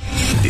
The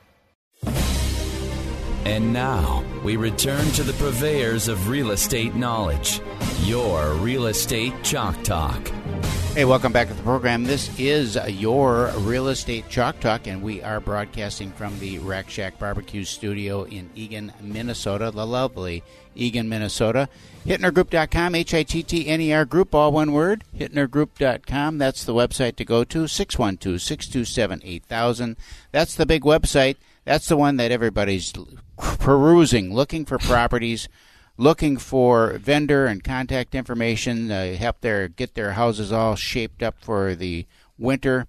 And now we return to the purveyors of real estate knowledge, your real estate chalk talk. Hey, welcome back to the program. This is your real estate chalk talk, and we are broadcasting from the Rack Shack Barbecue Studio in Eagan, Minnesota, the lovely Eagan, Minnesota. HittnerGroup.com, H I T T N E R Group, all one word. HittnerGroup.com, that's the website to go to. 612 627 8000. That's the big website. That's the one that everybody's perusing, looking for properties looking for vendor and contact information, uh, help their get their houses all shaped up for the winter,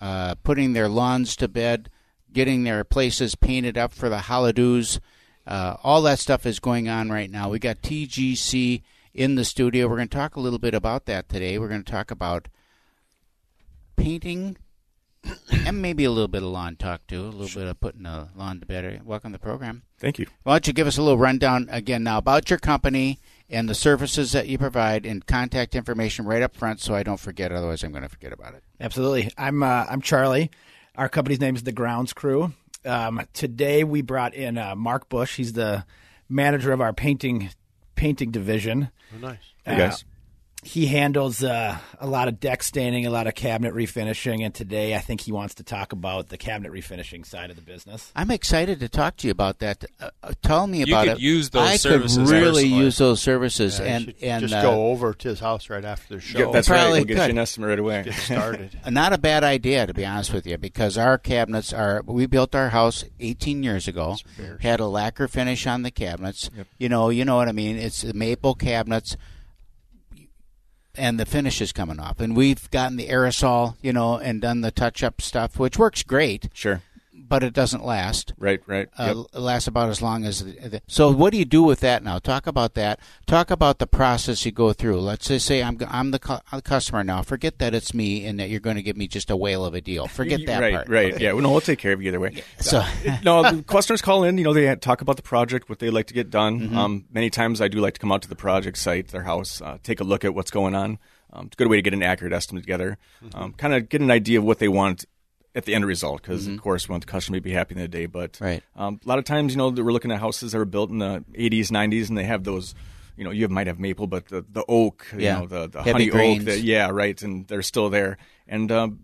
uh, putting their lawns to bed, getting their places painted up for the holidays. Uh, all that stuff is going on right now. We got TGC in the studio. We're going to talk a little bit about that today. We're going to talk about painting and maybe a little bit of lawn talk too. A little bit of putting the lawn to bed. Welcome to the program. Thank you. Why don't you give us a little rundown again now about your company and the services that you provide and contact information right up front so I don't forget. Otherwise, I'm going to forget about it. Absolutely. I'm uh, I'm Charlie. Our company's name is the Grounds Crew. Um, today we brought in uh, Mark Bush. He's the manager of our painting painting division. Oh, Uh, Nice. Hey guys. He handles uh, a lot of deck staining, a lot of cabinet refinishing, and today I think he wants to talk about the cabinet refinishing side of the business. I'm excited to talk to you about that. Uh, uh, tell me about could it. use those I could services really personally. use those services Yeah, you and should and just uh, go over to his house right after the show. Yeah, that's right. Probably We'll get could. you an estimate right away. Get started. not a bad idea to be honest with you because our cabinets are we built our house 18 years ago had a lacquer finish on the cabinets you know you know what i mean it's the maple cabinets and the finish is coming off and we've gotten the aerosol you know and done the touch up stuff which works great sure. but it doesn't last Right. Right. uh, Yep. lasts about as long as. The, the, so, what do you do with that now? Talk about that. Talk about the process you go through. Let's just say I'm I'm the, cu- I'm the customer now. Forget that it's me and that you're going to give me just a whale of a deal. Forget that right. part. Right. Yeah. Well, no, we'll take care of you either way. So, no, the customers call in. You know, they talk about the project, what they like to get done. Mm-hmm. Um, many times, I do like to come out to the project site, their house, uh, take a look at what's going on. Um, it's a good way to get an accurate estimate together. Mm-hmm. Um, kind of get an idea of what they want at the end result, because of course, we want the customer to be happy in the day. But Mm-hmm. Right. um, a lot of times, you know, we're looking at houses that were built in the 80s, 90s, and they have those. You know, you have- might have maple, but the, the oak, Yeah. you know, the, the Heavy honey grains. oak, the, yeah, right, and they're still there. And um,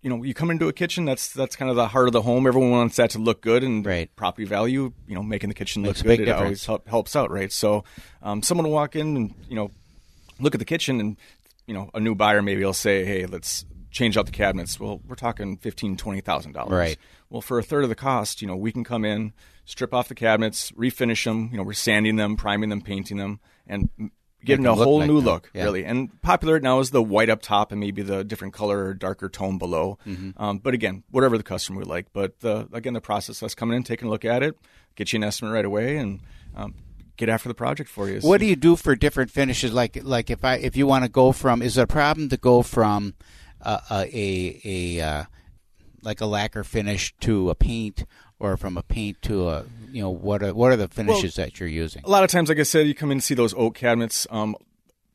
you know, you come into a kitchen. That's that's kind of the heart of the home. Everyone wants that to look good and Right. property value. You know, making the kitchen Makes a look good big it difference. always help, helps out, right? So, um, someone will walk in and you know, look at the kitchen, and you know, a new buyer maybe will say, "Hey, let's change out the cabinets." Well, we're talking fifteen, twenty thousand dollars, Right. Well, for a third of the cost, you know, we can come in, strip off the cabinets, refinish them. You know, we're sanding them, priming them, painting them, and m- giving them a look whole like new them. look, Yeah. really. And popular now is the white up top and maybe the different color or darker tone below. Um, but again, whatever the customer would like. But the, again, the process us coming in, taking a look at it, get you an estimate right away, and um, get after the project for you. what do you do for different finishes? Like like if I if you want to go from is it a problem to go from uh, uh, a a uh, like a lacquer finish to a paint or from a paint to a you know what are what are the finishes that you're using? a lot of times, like I said, you come in and see those oak cabinets. Um,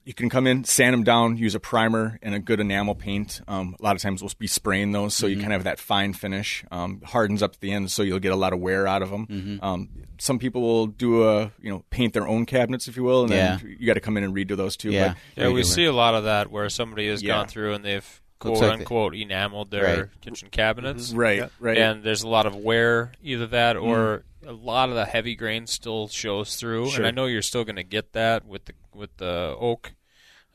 you can come in, sand them down, use a primer and a good enamel paint. Um, a lot of times we'll be spraying those, so Mm-hmm. you kind of have that fine finish. Um, hardens up at the end, so you'll get a lot of wear out of them. Mm-hmm. Um, some people will do a, you know, paint their own cabinets, if you will, and Yeah. then you got to come in and redo those too. Yeah. But Yeah, we see a lot of that where somebody has Yeah. gone through and they've quote Looks like the- unquote enameled their Right. Mm-hmm. kitchen cabinets. Right, right. Mm. And there's a lot of wear, either that or a lot of the heavy grain still shows through. And I know you're still going to get that with the with the oak.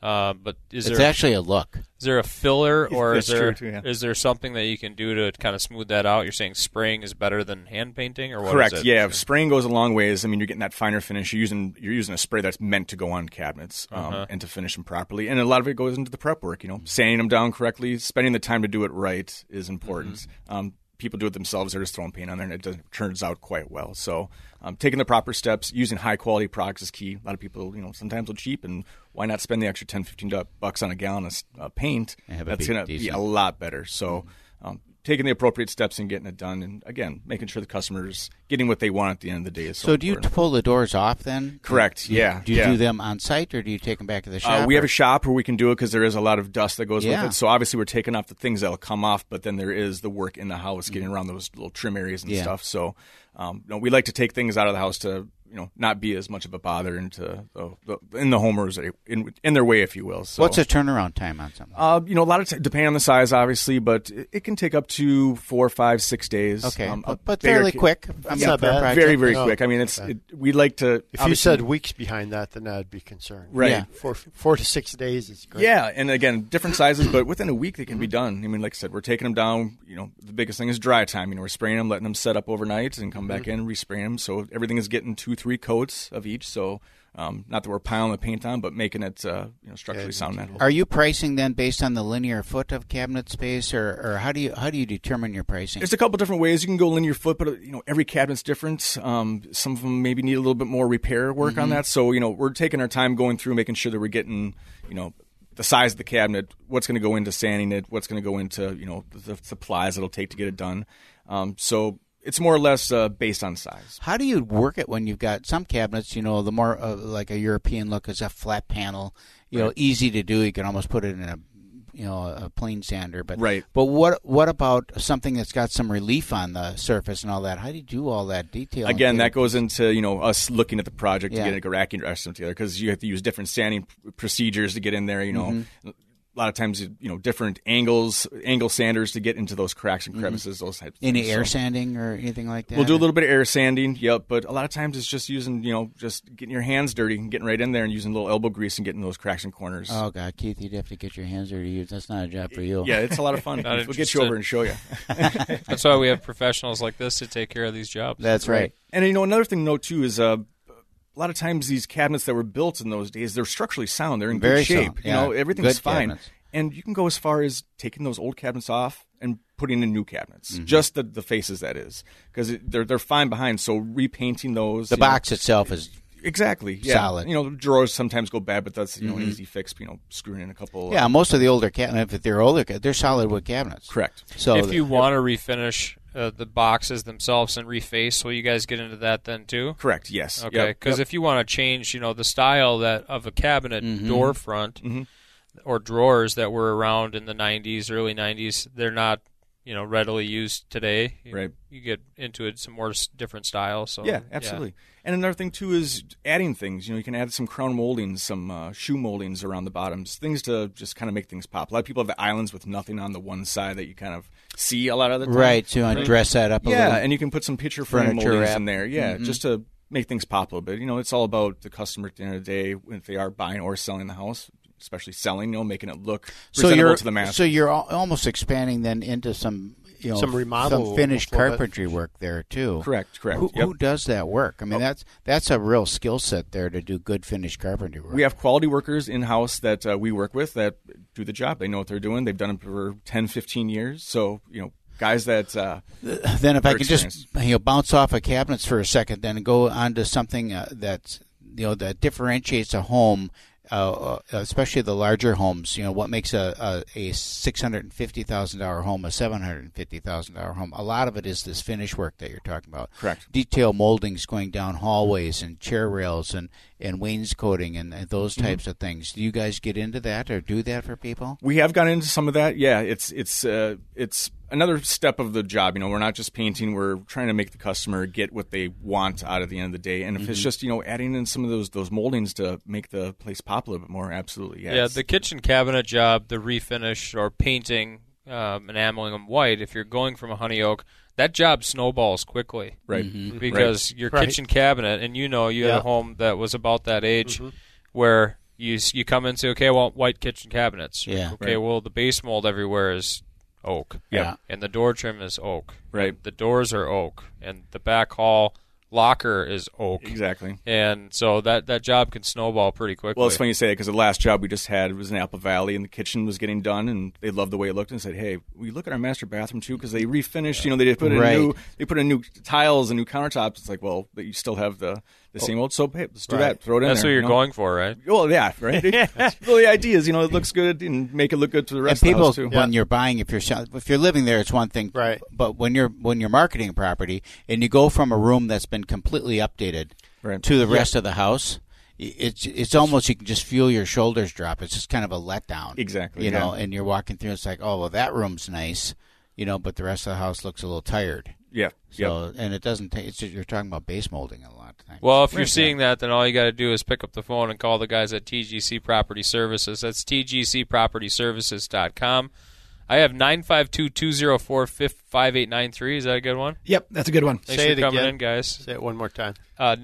Uh, but is It's there actually a look. is there a filler or is That's there is true, too, yeah. there something that you can do to kind of smooth that out? You're saying spraying is better than hand painting or what? is Correct. it? Yeah, spraying goes a long ways. I mean, you're getting that finer finish. You're using you're using a spray that's meant to go on cabinets um, Uh-huh. and to finish them properly. And a lot of it Mm-hmm. goes into the prep work. You know, sanding them down correctly, spending the time to do it right is important. Um, people do it themselves. They're just throwing paint on there, and it doesn't, turns out quite well. So, um, taking the proper steps, using high quality products is key. A lot of people, you know, sometimes will cheap, and why not spend the extra 10 15 du- bucks on a gallon of s- uh, paint? have it That's be going to be decent. a lot better. So, Mm-hmm. um, taking the appropriate steps and getting it done, and again, making sure the customers getting what they want at the end of the day is so. So do you important. pull the doors off then? Correct, Do you- yeah, Do you yeah. do them on site or do you take them back to the shop? Uh, we have or- a shop where we can do it because there is a lot of dust that goes Yeah. with it. So obviously we're taking off the things that'll come off, but then there is the work in the house, getting around those little trim areas and Mm-hmm. Yeah. stuff. So um, no, we like to take things out of the house to you know not be as much of a bother into the, the, in the homers in in their way, if you will. So What's the turnaround time on something? Uh, you know, a lot of t- depending on the size, obviously, but it, it can take up to four, five, six days. okay, Um, a but, but bigger fairly ca- quick. I mean, Yeah, not per bad. project. very, very No. quick. I mean, it's it, we like If to. you obviously- said weeks behind that, then I'd be concerned. Right. Yeah. Four, four to six days is great. Yeah, and again, different sizes, but within a week they can be done. I mean, like I said, we're taking them down. You know, the biggest thing is dry time. You know, we're spraying them, letting them set up overnight, and come Mm-hmm. back in and respraying them. So everything is getting two, three coats of each. So um, not that we're piling the paint on, but making it uh, you know structurally sound. that whole- Are you pricing then based on the linear foot of cabinet space, or, or how do you how do you determine your pricing? There's a couple different ways you can go linear foot, but uh, you know every cabinet's different. Um, some of them maybe need a little bit more repair work on that. So you know we're taking our time going through, making sure that we're getting you know the size of the cabinet, what's going to go into sanding it, what's going to go into you know the supplies it'll take to get it done. Um, so it's more or less uh, based on size. How do you work it when you've got some cabinets? You know, the more uh, like a European look is a flat panel. You know, easy to do. You can almost put it in a you know a plane sander. But Right. But what what about something that's got some relief on the surface and all that? How do you do all that detail? and Again, get that it- goes into you know us looking at the project Yeah. to get a racking system together because you have to use different sanding p- procedures to get in there. You know, Mm-hmm. a lot of times you know different angles, angle sanders to get into those cracks and crevices. Those types. of Mm-hmm. Any things. air So sanding or anything like that? We'll do a little bit of air sanding. Yep, but a lot of times it's just using you know just getting your hands dirty and getting right in there and using a little elbow grease and getting those cracks and corners. Oh God, Keith, you'd have to get your hands dirty. You- That's not a job for you. yeah, it's a lot of fun. Not we'll get interested. you over and show you. That's why we have professionals like this to take care of these jobs. that's right. And you know, another thing to note too is uh, a lot of times these cabinets that were built in those days, they're structurally sound. They're in Very good shape. sound, You know, yeah. everything's Good fine. cabinets. And you can go as far as taking those old cabinets off and putting in new cabinets, Mm-hmm. just the, the faces that is, because they're they're fine behind. So repainting those, The you know- box itself is exactly, yeah. Solid. Mm-hmm. You know, drawers sometimes go bad, but that's you know an easy fix. You know, screwing in a couple. uh, yeah. Most of the older cabinets, if they're older, ca- they're solid wood cabinets. correct. So if you want to refinish uh, the boxes themselves and reface, will you guys get into that then too? Correct. Yes. Okay, Yep. because if you want to change, you know, the style that of a cabinet Mm-hmm. door front or drawers that were around in the '90s, early '90s, they're not, you know, readily used today. You- Right. You get into it some more s- different styles. So Yeah, absolutely. And another thing too is adding things. You know, you can add some crown moldings, some uh, shoe moldings around the bottoms, things to just kind of make things pop. A lot of people have the islands with nothing on the one side that you kind of see a lot of the time. right to dress that up a Yeah, little. and you can put some picture frame Furniture moldings wrap. Mm-hmm. in there. Yeah, just to make things pop a little bit. You know, it's all about the customer at the end of the day if they are buying or selling the house, especially selling. You know, making it look so presentable you're to the masses. so you're al- almost expanding then into some you know Some remodel some finished a little bit. carpentry work there too. Correct, correct. Who, Yep. Oh. who does that work? I mean, that's that's a real skill set there to do good finished carpentry work. We have quality workers in house that uh, we work with that do the job. They know what they're doing. They've done it for 10, 15 years. So, you know, guys that, uh, then if I Or could just you know bounce off of cabinets for a second, then go on to something uh, that's you know that differentiates a home, uh, uh, especially the larger homes. You know what makes a a, a six hundred and fifty thousand dollar home a seven hundred and fifty thousand dollar home. A lot of it is this finish work that you're talking about. Correct. Detail moldings going down hallways and chair rails and and wainscoting and, and those types of things. Do you guys get into that or do that for people? we have gotten into some of that. Yeah, it's, it's, uh, it's another step of the job. You know, we're not just painting, we're trying to make the customer get what they want out of the end of the day. And if Mm-hmm. it's just, you know, adding in some of those, those moldings to make the place pop a little bit more, absolutely. Yeah. Yeah, it's- the kitchen cabinet job, the refinish or painting, um, enameling them white. If you're going from a honey oak, that job snowballs quickly, Right. Mhm. Mm-hmm. Because your Right. kitchen cabinet, and you know, you had Yeah. a home that was about that age, where you s- you come in and say, okay, I want white kitchen cabinets. Yeah. Okay. Well, the base mold everywhere is oak. Yeah. And the door trim is oak. Right. The doors are oak, and the back hall locker is oak. Exactly. And so that, that job can snowball pretty quickly. Well, it's funny you say that because the last job we just had was in Apple Valley, and the kitchen was getting done, and they loved the way it looked, and said, "Hey, we look at our master bathroom too because they refinished. You know, they just put in Right. new, they put in new tiles and new countertops. It's like, well, but you still have the the same old soap. Hey, let's do that. Throw it in. That's there, what you're you know? going for, right? Well, yeah, right. well, the idea is, you know, it looks good and make it look good to the And rest people, of the house too. when you're buying, if you're sell- if you're living there, it's one thing. Right. But when you're when you're marketing a property and you go from a room that's been completely updated Right. to the rest of the house, i- it's it's almost you can just feel your shoulders drop. It's just kind of a letdown. Exactly, You know, yeah. and you're walking through. It's like, oh well, that room's nice. You know, but the rest of the house looks a little tired. Yeah, yeah. So and it doesn't take. It's just, you're talking about base molding a lot. Of times. Well, if you're seeing that, then all you got to do is pick up the phone and call the guys at TGC Property Services. That's tgcpropertyservices.com. I have 952-204-5893. Is that a good one? Yep, that's a good one. Thanks Say for it coming again. in, guys. Say it one more time. Uh,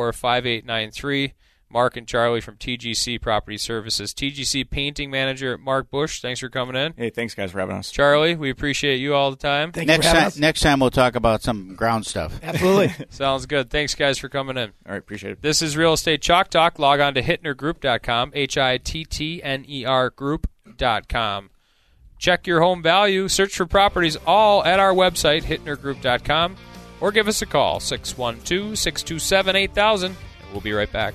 952-204-5893. Mark and Charlie from TGC Property Services. TGC Painting Manager Mark Bush, thanks for coming in. Hey, thanks guys for having us. Charlie, we appreciate you all the time. Thank next you for having time, us. next time we'll talk about some ground stuff. Absolutely. Sounds good. Thanks, guys, for coming in. All right, appreciate it. This is Real Estate Chalk Talk. Log on to hitnergroup.com, H I T T N E R group.com. Check your home value, search for properties all at our website, hitnergroup.com, or give us a call, 612 627 8000. We'll be right back.